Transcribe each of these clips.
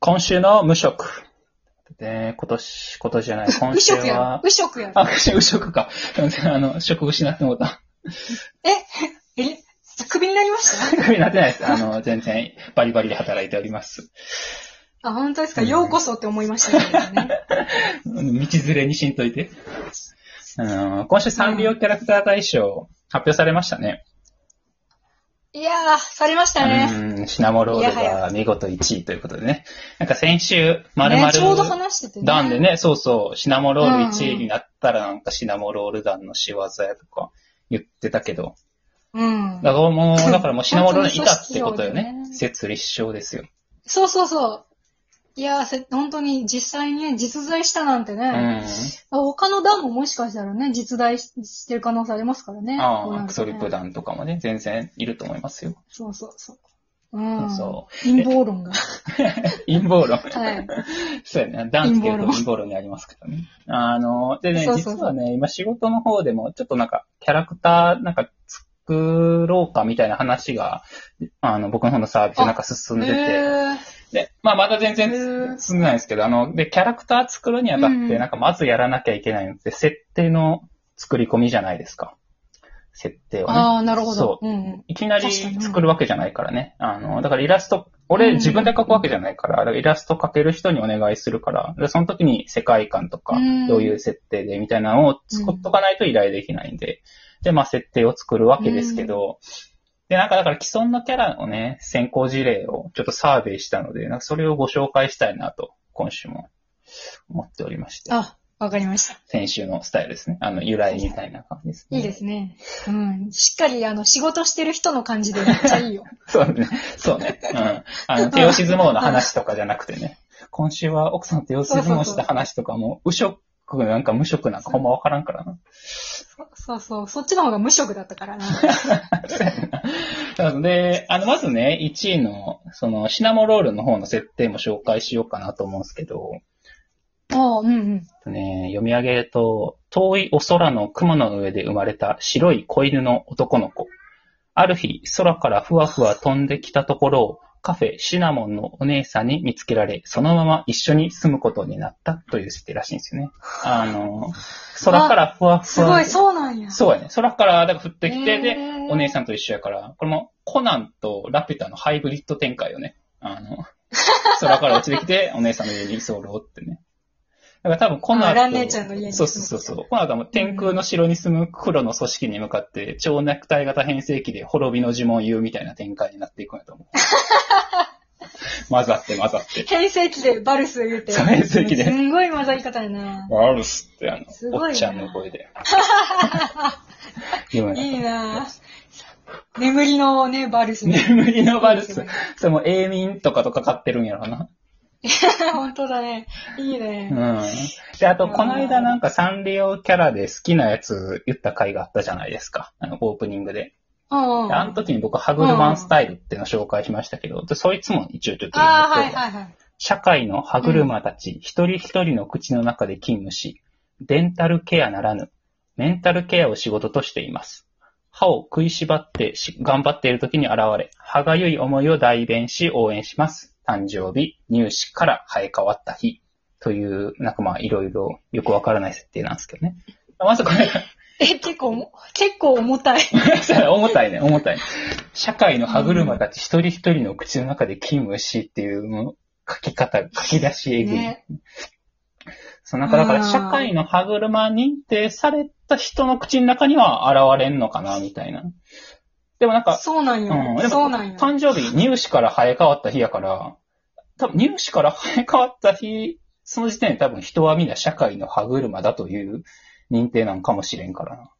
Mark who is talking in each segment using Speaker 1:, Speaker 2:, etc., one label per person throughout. Speaker 1: 今週の無職。で、今年、今年じゃない、今
Speaker 2: 無
Speaker 1: 週
Speaker 2: 職やん
Speaker 1: は。。
Speaker 2: 無職やん。
Speaker 1: あ、無職か。 すいませんあの、職失って もうた。
Speaker 2: え、え、クビになりました
Speaker 1: クビになってないです。あの、全然バリバリで働いております。
Speaker 2: あ、本当ですか。
Speaker 1: うん
Speaker 2: ようこそって思いましたね。
Speaker 1: うん道連れにしんといて。うん、今週サンリオキャラクター大賞発表されましたね。
Speaker 2: いやー、されましたね。
Speaker 1: うん、シナモロール
Speaker 2: いやは
Speaker 1: が見事1位ということでね。なんか先週、まるま
Speaker 2: ね、
Speaker 1: る
Speaker 2: ちょうど話しててね。
Speaker 1: 団でね、そうそう、シナモロール
Speaker 2: うん
Speaker 1: 1
Speaker 2: う
Speaker 1: 位
Speaker 2: ん
Speaker 1: になったらなんかシナモロール団の仕業やとか言ってたけど。
Speaker 2: うん。
Speaker 1: だからもう、だからもうシナモロールにいたってことよ
Speaker 2: 本当に組織票
Speaker 1: ね
Speaker 2: で。ね
Speaker 1: 説立証ですよ。
Speaker 2: そうそうそう。いやー、せ本当に実際にね、実在したなんて
Speaker 1: う
Speaker 2: ね。
Speaker 1: ん。
Speaker 2: あ他の団ももしかしたらね、実在ししてる可能性ありますからね。こうな
Speaker 1: ああ、
Speaker 2: るとね
Speaker 1: クソリップ団とかもね、全然いると思いますよ。
Speaker 2: そうそうそう。うん。
Speaker 1: そ
Speaker 2: 陰謀論が。
Speaker 1: 陰謀論。
Speaker 2: はい。
Speaker 1: そうやね。ダンスけると陰謀論にありますからね。あの、でね
Speaker 2: そ、うそうそう
Speaker 1: 実はね、今仕事の方でも、ちょっとなんか、キャラクター、なんか、作ろうかみたいな話が、あの、僕の方のサービスでなんか進んでて、
Speaker 2: え
Speaker 1: で、まあ、まだ全
Speaker 2: へ
Speaker 1: 然
Speaker 2: ー
Speaker 1: 進んでないですけど、あの、で、キャラクター作るにあたっ
Speaker 2: うん
Speaker 1: て、なんか、まずやらなきゃいけないのって、設定の作り込みじゃないですか。設定をね。
Speaker 2: ああ、なるほ
Speaker 1: そう
Speaker 2: ど。うんうん。
Speaker 1: いきなり
Speaker 2: 確かに
Speaker 1: 作るわけじゃないからね。あの、だからイラスト、俺
Speaker 2: うん
Speaker 1: 自分で描くわけじゃないから、だからイラスト描ける人にお願いするから、でその時に世界観とか
Speaker 2: うん、
Speaker 1: どういう設定でみたいなのを作っとかないと依頼できないんで、で、まあ設定を作るわけですけど、で、なんかだから既存のキャラのね、先行事例をちょっとサーベイしたので、なんかそれをご紹介したいなと、今週も思っておりまして、
Speaker 2: あ、わかりました。
Speaker 1: 先週のスタイルですね。あの、由来みたいな感じですね。
Speaker 2: いいですね。うん。しっかり、あの、仕事してる人の感じでめっちゃいいよ。
Speaker 1: そうね。そうね。うん。あの、手押し相撲の話とかじゃなくてね。今週は奥さんと手押し相撲した話とかも、無職なんか無職なんかほんまわからんからな。
Speaker 2: そうそう。そっちの方が無職だったからな。
Speaker 1: なので、あの、まずね、1位の、その、シナモロールの方の設定も紹介しようかなと思うんですけど、
Speaker 2: おう、うんうん。
Speaker 1: ね、読み上げると、遠いお空の雲の上で生まれた白い子犬の男の子。ある日、空からふわふわ飛んできたところを、カフェシナモンのお姉さんに見つけられ、そのまま一緒に住むことになったという設定らしいんですよね。あの、空からふわふわ。
Speaker 2: すごい、そうなんや。
Speaker 1: そうやね。空からだから降ってきて、で
Speaker 2: へ、ー
Speaker 1: お姉さんと一緒やから、これもコナンとラピュタのハイブリッド展開よね。あの、 空から落ちてきて、お姉さんの家に居候ってね。だから多分コナン
Speaker 2: あ
Speaker 1: と、
Speaker 2: 蘭姉ちゃんの家に
Speaker 1: そうそうそうそう。コナンがもう天空の城に住む黒の組織に向かって、超肉体型変成期で滅びの呪文を言うみたいな展開になっていくんやと 思う。混ざって混ざって。
Speaker 2: 変成期でバルス言うて。
Speaker 1: そう変声期です
Speaker 2: んごい混ざり方やな。
Speaker 1: ワルスってあの
Speaker 2: す、ごいな
Speaker 1: おっちゃんの声 で。言うんやと思う
Speaker 2: いいな眠りのね、バルス。
Speaker 1: 眠りのバル
Speaker 2: いい
Speaker 1: ス
Speaker 2: ですね。
Speaker 1: それも永眠とかとか買ってるんやろな。
Speaker 2: 本当だね。いいうね。
Speaker 1: ん。で、あと、
Speaker 2: うん
Speaker 1: この間なんかサンリオキャラで好きなやつ言った回があったじゃないですか。あの、オープニングで。
Speaker 2: うんう
Speaker 1: で
Speaker 2: ん。
Speaker 1: あの
Speaker 2: あ
Speaker 1: 時に僕、ハグルマンスタイルってのを紹介しましたけど、でそいつも一応ちょっと言う
Speaker 2: あ
Speaker 1: と
Speaker 2: ー、はいはいはい。
Speaker 1: 社会の歯車たち、一人一人の口の中で勤務し、デンタルケアならぬ、メンタルケアを仕事としています。歯を食いしばってし頑張っている時に現れ、歯がゆい思いを代弁し応援します。誕生日、入試から生え変わった日。という、なんかまあ、いろいろよくわからない設定なんですけどね。まずこれ、
Speaker 2: え、結構も、結構重たい。
Speaker 1: それ重たいね、重たい。社会の歯車たち一人一人の口の中で勤務しっていうもう書き方、書き出しえぐい。
Speaker 2: ね。
Speaker 1: そう、なんかだから
Speaker 2: あー
Speaker 1: 社会の歯車認定された人の口の中には現れんのかな、みたいな。でもなんか、
Speaker 2: そうな
Speaker 1: う
Speaker 2: ん
Speaker 1: んで
Speaker 2: よ。
Speaker 1: も
Speaker 2: そうなんよ。
Speaker 1: 誕生日入試から生え変わった日やから、多分入試から生え変わった日、その時点で多分人はみんな社会の歯車だという認定なんかもしれんからな。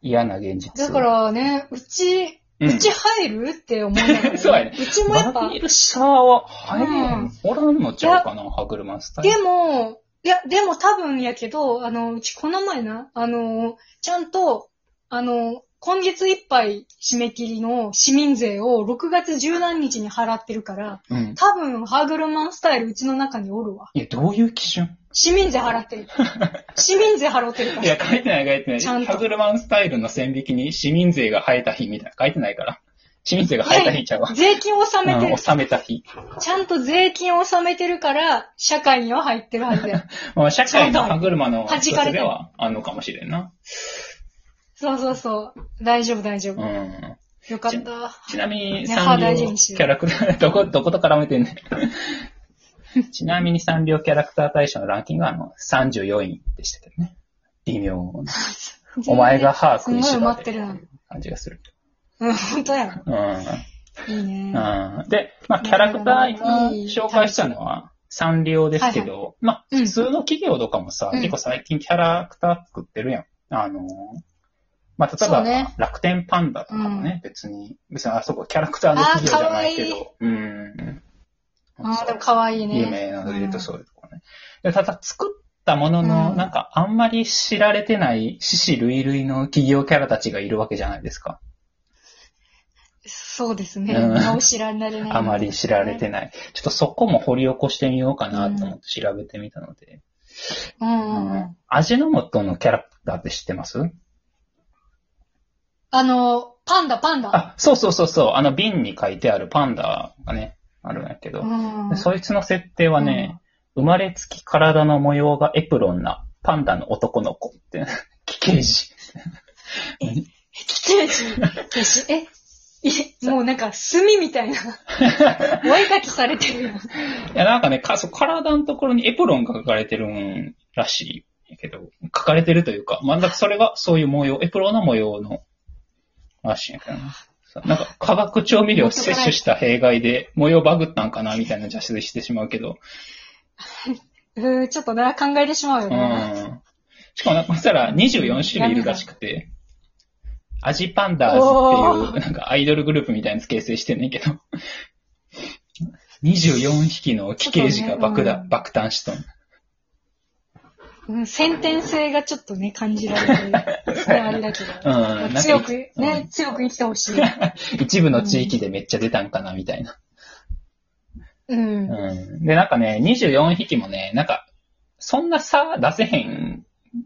Speaker 1: 嫌な現実。
Speaker 2: だか、らね、うち、
Speaker 1: うん、
Speaker 2: うち入るって思いながらね。
Speaker 1: そうやね
Speaker 2: うちもやっぱ、
Speaker 1: バニルシャワーは生えへん
Speaker 2: うん
Speaker 1: おらんのちゃうかな、歯車スタイル。
Speaker 2: でも、いや、でも多分やけど、あの、うちこの前な、あの、ちゃんと、あの、今月いっぱい締め切りの市民税を6月十何日に払ってるから、
Speaker 1: うん。
Speaker 2: 多分、ハーグルマンスタイルうちの中におるわ。
Speaker 1: いや、どういう基準
Speaker 2: 市民税 払ってる。市民税払ってるか
Speaker 1: いや、
Speaker 2: ら。
Speaker 1: 書いてない書いてない。
Speaker 2: ちゃんと
Speaker 1: ハグルマンスタイルの線引きに市民税が生えた日みたいなの書いてないから。市民税が入った日ちゃうわ。
Speaker 2: 税金を納めて
Speaker 1: うん
Speaker 2: る。
Speaker 1: 納めた日。
Speaker 2: ちゃんと税金を納めてるから、社会には入ってるはずだよ。
Speaker 1: まあ、社会の歯車の
Speaker 2: 弾
Speaker 1: 一
Speaker 2: か
Speaker 1: つ
Speaker 2: れて
Speaker 1: で
Speaker 2: る
Speaker 1: はあんのかもしれんな。
Speaker 2: そうそうそう。大丈夫、大丈
Speaker 1: う
Speaker 2: 夫。
Speaker 1: ん。
Speaker 2: よかった。
Speaker 1: ちなみに、
Speaker 2: ね
Speaker 1: サンリ
Speaker 2: 歯大事
Speaker 1: オ
Speaker 2: にし
Speaker 1: キ
Speaker 2: よ
Speaker 1: ャ
Speaker 2: う
Speaker 1: ラクター、 どこ、どこと絡めてんねん ちなみにサンリオキャラクター大賞のランキングは、あの、34位でしたけどね。微妙なお前が歯
Speaker 2: す
Speaker 1: 食
Speaker 2: ごい
Speaker 1: いし
Speaker 2: 埋ま
Speaker 1: ば
Speaker 2: って
Speaker 1: で
Speaker 2: るな。
Speaker 1: 感じがする。
Speaker 2: うん、本当や。
Speaker 1: うん。
Speaker 2: いいね。
Speaker 1: うんで、まあ、キャラクター、今、紹介したのは、サンリオですけど、まあ、
Speaker 2: うん
Speaker 1: 普通の企業とかもさ、
Speaker 2: うん
Speaker 1: 結構最近キャラクター作ってるやん。あのー、まあ、例え
Speaker 2: そう
Speaker 1: ば、
Speaker 2: ね
Speaker 1: 楽天パンダとかもね、別に、別にあそこキャラクターの企業じゃないけど、うん。
Speaker 2: ああ、でも可愛いね。
Speaker 1: 有名なので言うと
Speaker 2: うん
Speaker 1: そういうところね。でただ作ったものの、
Speaker 2: うん
Speaker 1: なんかあんまり知られてない獅子類類の企業キャラたちがいるわけじゃないですか。
Speaker 2: そうですね。
Speaker 1: うん
Speaker 2: 顔知らんなれない。
Speaker 1: あまり知られてない。ちょっとそこも掘り起こしてみようかなと思って調べてみたので。
Speaker 2: うん
Speaker 1: う
Speaker 2: うんうん。
Speaker 1: ん味の素のキャラクターって知ってます
Speaker 2: あの、パンダ、パンダ。
Speaker 1: あ、そうそうそうそう。あの瓶に書いてあるパンダがね、あるんやけど。
Speaker 2: う
Speaker 1: で
Speaker 2: ん。
Speaker 1: そいつの設定はね、生まれつき体の模様がエプロンなパンダの男の子って、 奇形児。
Speaker 2: 失礼し、消し、え、いもうなんか墨みたいな。 お絵かきされてるよ。
Speaker 1: いや、なんかね、かそう体のところにエプロンが書かれてるんらしいけど、書かれてるというか、まあ、なんかそれがそういう模様、エプロンの模様の、らしいんやけどな。そうなんか、化学調味料を摂取した弊害で模様バグったんかな、みたいな邪推してしまうけど。
Speaker 2: うーちょっとな、考えてしまうよ
Speaker 1: う
Speaker 2: な。
Speaker 1: ん。しかもなんか、そしたら24種類いるらしくて、アジパンダーズっていう、なんかアイドルグループみたいなやつ形成してんねんけど、24匹の奇形児が爆
Speaker 2: ちょっとね
Speaker 1: 弾、
Speaker 2: うん
Speaker 1: 爆誕しとん。
Speaker 2: うん、先天性がちょっとね、感じら れてる。それはあれだけど。
Speaker 1: うん
Speaker 2: まあ強く、ね、
Speaker 1: うん
Speaker 2: 強く生きてほしい。
Speaker 1: 一部の地域でめっちゃ出たんかな、みたいな。
Speaker 2: うん。
Speaker 1: うん。で、なんかね、24匹もね、なんか、そんな差出せへん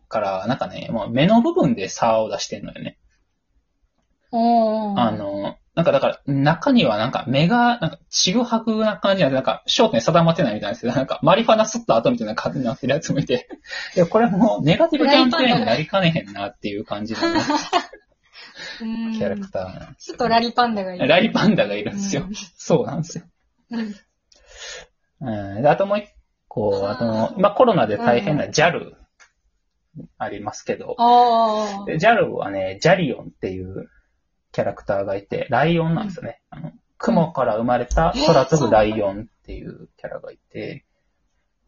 Speaker 1: から、なんかね、もう目の部分で差を出してんのよね。
Speaker 2: おー
Speaker 1: あ、の、なんかだから、中にはなんか目が、なんかちぐはぐな感じなんで、なんか焦点定まってないみたいなんですけど、なんかマリファナ吸った後みたいな感じになってるやつもい て、いや、これもうネガティブキャンペーンになりかねへんなっていう感じのね、
Speaker 2: うん
Speaker 1: キャラクターなんで
Speaker 2: ちょっとラリパンダがい
Speaker 1: す。
Speaker 2: る。
Speaker 1: ライパンダがいるんですよ
Speaker 2: う。
Speaker 1: そうなんですよ。
Speaker 2: うん
Speaker 1: うん。であともう一個、あの、まあ、コロナで大変な JAL ありますけど、
Speaker 2: あ
Speaker 1: で JAL はね、ジャリオンっていうキャラクターがいて、ライオンなんですよね。あの雲から生まれた空飛ぶライオンっていうキャラがいて、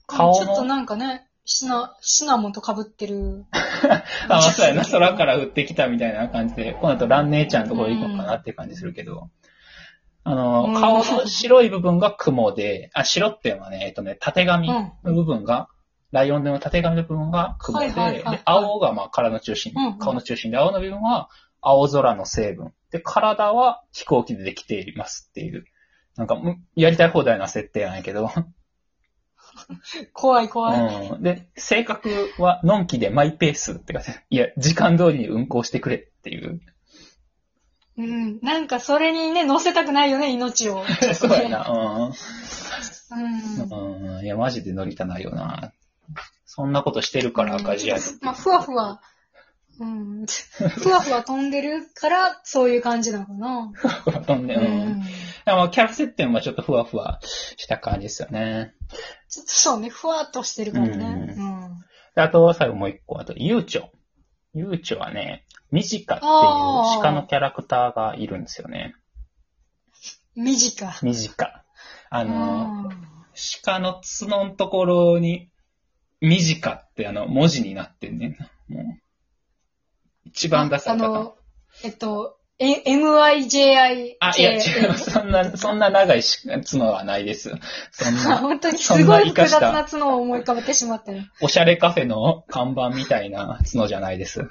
Speaker 2: あ。
Speaker 1: 顔
Speaker 2: ちょっと
Speaker 1: の、
Speaker 2: なんかね、シナ、シナモンと被ってる。
Speaker 1: あ、まあそうやな、空から降ってきたみたいな感じで、この後ラン姉ちゃんのところ行こうかなっていう感じするけど、あ
Speaker 2: うん
Speaker 1: の、顔の白い部分が雲で、あ、白っていうのはね、えっとね、縦
Speaker 2: う
Speaker 1: 髪
Speaker 2: ん。
Speaker 1: の部分が、ライオンの縦髪の部分が雲で、
Speaker 2: はいはいはいはい
Speaker 1: で青がまあ体の中心、
Speaker 2: うんうん
Speaker 1: 顔の中心で、青の部分は青空の成分。で、体は飛行機でできていますっていう。なんか、むやりたい放題な設定なんやけど。
Speaker 2: 怖い怖い。
Speaker 1: うん、で、性格はのんきでマイペースってか、いや、時間通りに運行してくれっていう。
Speaker 2: うん。なんかそれにね、乗せたくないよね、命 を。
Speaker 1: そうやな。
Speaker 2: うん。
Speaker 1: うん。うん。いや、マジで乗りたないよな。そんなことしてるから赤字やと。
Speaker 2: まあ、ふわふわ。うん。ふわふわ飛んでるから、そういう感じなのかな。
Speaker 1: うん。うんでもキャラ設定もちょっとふわふわした感じですよね。
Speaker 2: ちょっとそうね、ふわっとしてるからね。
Speaker 1: う
Speaker 2: うん。
Speaker 1: であと、最後もう一個、あと、ゆうちょ。ゆうちょはね、ミジカっていう
Speaker 2: あー
Speaker 1: 鹿のキャラクターがいるんですよね。
Speaker 2: 身近。
Speaker 1: ミジカ。あの、
Speaker 2: うん
Speaker 1: 鹿の角のところに、ミジカってあの、文字になってんねんな。もう一番ダサい
Speaker 2: あ
Speaker 1: かな。
Speaker 2: の、えっと、え MIJI。
Speaker 1: あ、いや、違う。そんな、そんな長いし角はないです。そん
Speaker 2: あ
Speaker 1: な、
Speaker 2: 本当にすごい複雑な角を思い浮かべてしまったね。
Speaker 1: おしゃれカフェの看板みたいな角じゃないです。
Speaker 2: なん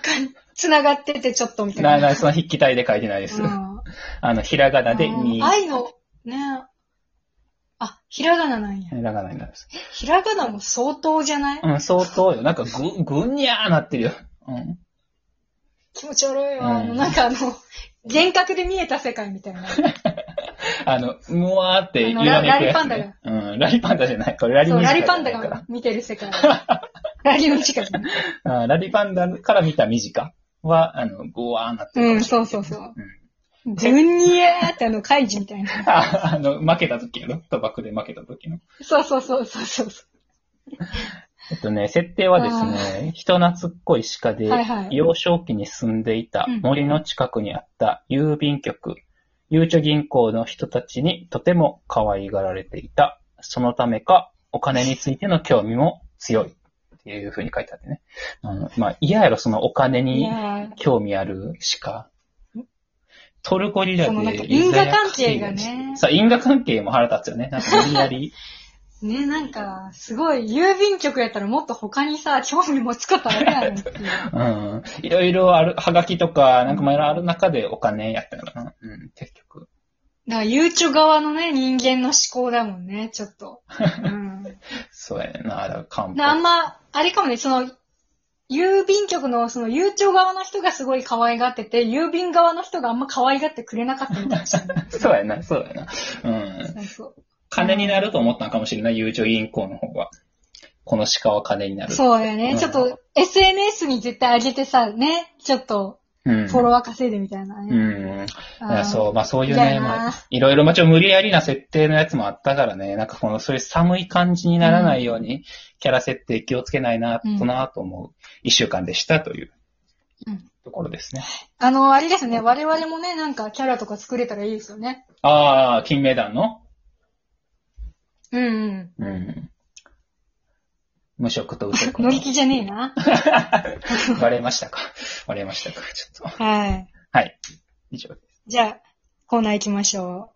Speaker 2: か、繋がっててちょっとみた い
Speaker 1: な、
Speaker 2: な。
Speaker 1: な、その筆記体で書いてないです。
Speaker 2: うん
Speaker 1: あの、ひらがなで
Speaker 2: うん
Speaker 1: に、
Speaker 2: 愛の、ね。あ、ひらがななんや。
Speaker 1: ひらがなになるんです。
Speaker 2: ひらがなも相当じゃない
Speaker 1: うん、相当よ。なんかぐ、ぐにゃーなってるよ。うん。
Speaker 2: 気持ち悪いわ。
Speaker 1: うん
Speaker 2: あの、なんかあの、幻覚で見えた世界みたいな。
Speaker 1: あの、もわーって言わ
Speaker 2: あのラ
Speaker 1: ない
Speaker 2: ラリパ
Speaker 1: やつ
Speaker 2: ンダ
Speaker 1: ね。うん、ラリパンダじゃない。これラリ
Speaker 2: そう、
Speaker 1: ミュー
Speaker 2: ラ
Speaker 1: ジ
Speaker 2: リ
Speaker 1: カ
Speaker 2: パ
Speaker 1: ル
Speaker 2: ン
Speaker 1: だ
Speaker 2: ダ
Speaker 1: か
Speaker 2: が見てる世界。ラリの近く。
Speaker 1: ら。うんラリパンダから見たミジカは、あの、ゴワーなってる
Speaker 2: う
Speaker 1: かも
Speaker 2: ん、
Speaker 1: しれ
Speaker 2: そ
Speaker 1: な
Speaker 2: う
Speaker 1: いけ
Speaker 2: そ
Speaker 1: ど
Speaker 2: うそう。ジュニアーってあの、怪獣みたいな。
Speaker 1: ああの、負けた時やろ賭博で負けた時の。
Speaker 2: そうそうそうそうそうそ
Speaker 1: えっとね、設定はですね、人懐っこい鹿で、
Speaker 2: う。はいはい。
Speaker 1: 幼少期に住んでいた
Speaker 2: うん
Speaker 1: 森の近くにあった郵便局、ゆうちょ銀行の人たちにとても可愛がられていた。そのためか、お金についての興味も強い。っていう風に書いてあってね。うん、まあ、嫌やろ、そのお金
Speaker 2: い
Speaker 1: に
Speaker 2: やー
Speaker 1: 興味ある鹿。トルコリラで
Speaker 2: そのなんか因果関係がね
Speaker 1: そう、因果関係も腹立つよね。なんか無理やり。
Speaker 2: ね、なんか、すごい、郵便局やったらもっと他にさ、興味持つことあるやろっていう。
Speaker 1: うん。いろいろある、はがきとか、なんかまあいろいろある中でお金やったからな。うん、結局。
Speaker 2: だから、ゆうちょ側のね、人間の思考だもんね、ちょっと。うん。
Speaker 1: そうやねんな、だから漢
Speaker 2: であ
Speaker 1: 方。
Speaker 2: んま、あれかもね、その、郵便局の、その、郵長側の人がすごい可愛がってて、郵便側の人があんま可愛がってくれなかったのかもしれない。
Speaker 1: そうやな、そうやな。うん。
Speaker 2: そうそう
Speaker 1: 金になると思ったのかもしれない、友情銀行の方は。この鹿は金になる。う。
Speaker 2: そうだよね。
Speaker 1: ん
Speaker 2: ちょっと、SNS に絶対上げてさ、ね、ちょっと、
Speaker 1: うん。
Speaker 2: フォロワー稼いでみたいな
Speaker 1: う
Speaker 2: ね。
Speaker 1: ん。だか
Speaker 2: あ
Speaker 1: ら
Speaker 2: ー
Speaker 1: そう、まあそういう
Speaker 2: 嫌
Speaker 1: ね、
Speaker 2: やな
Speaker 1: まあ、いろいろ、まあちょっと無理やりな設定のやつもあったからね、なんかこの、そういう寒い感じにならないように、キャラ設定気をつけないな、
Speaker 2: うん
Speaker 1: となと思う、一週間でしたという
Speaker 2: うん、
Speaker 1: ところですね。
Speaker 2: あの、あれですね、我々もね、なんかキャラとか作れたらいいですよね。
Speaker 1: ああ、金メダルの
Speaker 2: うんうん。
Speaker 1: うん。無職と嘘くん の。
Speaker 2: 乗り気じゃね えな。
Speaker 1: バレましたかバレましたかちょっと。
Speaker 2: はい。
Speaker 1: はい。以上です。
Speaker 2: じゃあ、コーナー行きましょう。